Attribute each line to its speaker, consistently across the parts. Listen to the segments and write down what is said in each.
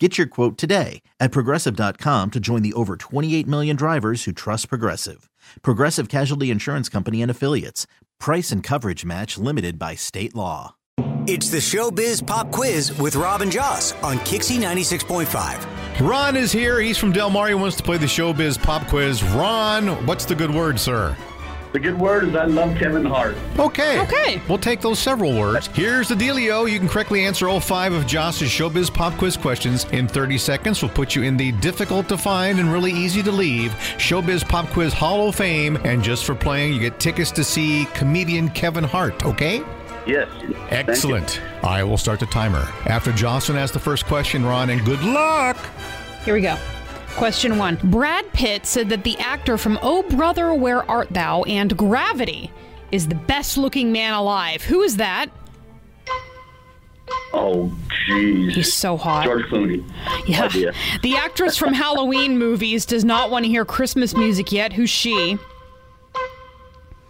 Speaker 1: Get your quote today at progressive.com to join the over 28 million drivers who trust Progressive. Progressive Casualty Insurance Company and Affiliates. Price and coverage match limited by state law.
Speaker 2: It's the Showbiz Pop Quiz with Robin Joss on Kixie 96.5.
Speaker 3: Ron is here. He's from Del Mar. He wants to play the showbiz pop quiz. Ron, what's the good word, sir?
Speaker 4: The good word is I love Kevin Hart.
Speaker 3: Okay.
Speaker 5: Okay.
Speaker 3: We'll take those several words. Here's the dealio. You can correctly answer all five of Joss's showbiz pop quiz questions in 30 seconds. We'll put you in the difficult to find and really easy to leave showbiz pop quiz Hall of Fame. And just for playing, you get tickets to see comedian Kevin Hart. Okay.
Speaker 4: Yes. Thank you.
Speaker 3: Excellent. I will start the timer after Jocelyn asks the first question, Ron. And good luck.
Speaker 5: Here we go. Question one. Brad Pitt said that the actor from Oh Brother, Where Art Thou and Gravity is the best looking man alive. Who is that?
Speaker 4: Oh, jeez.
Speaker 5: He's so hot.
Speaker 4: George Clooney.
Speaker 5: Yeah.
Speaker 4: idea.
Speaker 5: The actress from Halloween movies does not want to hear Christmas music yet. Who's she?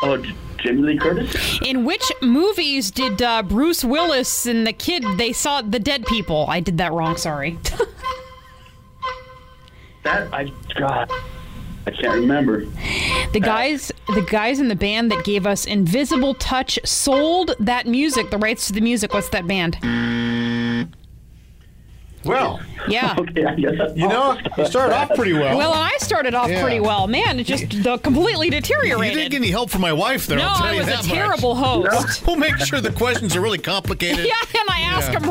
Speaker 4: Oh, J- Jamie Lee Curtis.
Speaker 5: In which movies did uh, Bruce Willis and the kid, they saw the dead people? I did that wrong, sorry.
Speaker 4: That I God, I can't remember. Uh.
Speaker 5: The guys, the guys in the band that gave us Invisible Touch sold that music, the rights to the music. What's that band?
Speaker 3: Well,
Speaker 5: Yeah.
Speaker 4: Okay, I guess I,
Speaker 3: you know, you started off pretty
Speaker 5: Well, and I started off
Speaker 3: Yeah.
Speaker 5: pretty well. Man, it just the completely
Speaker 3: You didn't
Speaker 5: deteriorated.
Speaker 3: get any help from my wife there.
Speaker 5: no,
Speaker 3: I'll tell
Speaker 5: I
Speaker 3: you
Speaker 5: was
Speaker 3: that
Speaker 5: a terrible
Speaker 3: Much.
Speaker 5: host.
Speaker 3: We'll make sure the questions are really complicated.
Speaker 5: Yeah, and I asked him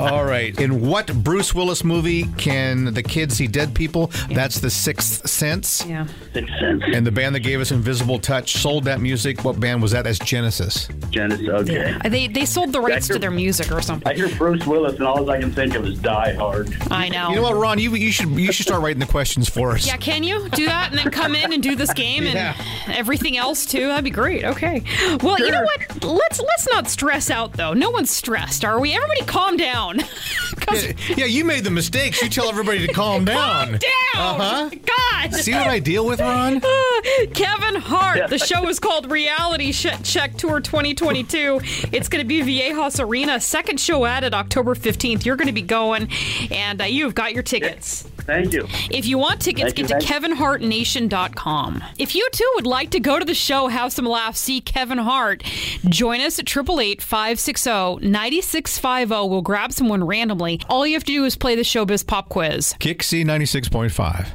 Speaker 3: All right. In what Bruce Willis movie can the kids see dead people? That's The Sixth Sense.
Speaker 5: yeah.
Speaker 4: Sixth Sense.
Speaker 3: And the band that gave us Invisible Touch sold that music. What band was that? That's Genesis.
Speaker 4: Janice. Okay.
Speaker 5: They they sold the rights to their music or
Speaker 4: I
Speaker 5: something.
Speaker 4: hear Bruce Willis, and all I can think of is Die Hard.
Speaker 5: I know.
Speaker 3: You know what, Ron? You you should you should start writing the questions for us.
Speaker 5: Yeah, can you do that and then come in and do this game and
Speaker 3: Yeah.
Speaker 5: everything else too? That'd be great. Okay. Well, you know what? Let's let's not stress out though. No one's stressed, are we? Everybody, calm down. 'Cause-
Speaker 3: Yeah, you made the mistakes. You tell everybody to calm down.
Speaker 5: calm down.
Speaker 3: Uh-huh.
Speaker 5: God.
Speaker 3: See what I deal with, Ron?
Speaker 5: Kevin Hart. The show is called Reality Sh- Check Tour 2022. It's going to be Viejas Arena. Second show added October 15th. You're going to be going, and uh, you've got your tickets.
Speaker 4: Thank you.
Speaker 5: If you want tickets,
Speaker 4: Thank you,
Speaker 5: get to kevinhartnation.com. If you too would like to go to the show, have some laughs, see Kevin Hart, join us at 888 560 9650. We'll grab someone randomly. All you have to do is play the Showbiz Pop Quiz.
Speaker 3: Kixie ninety six point five.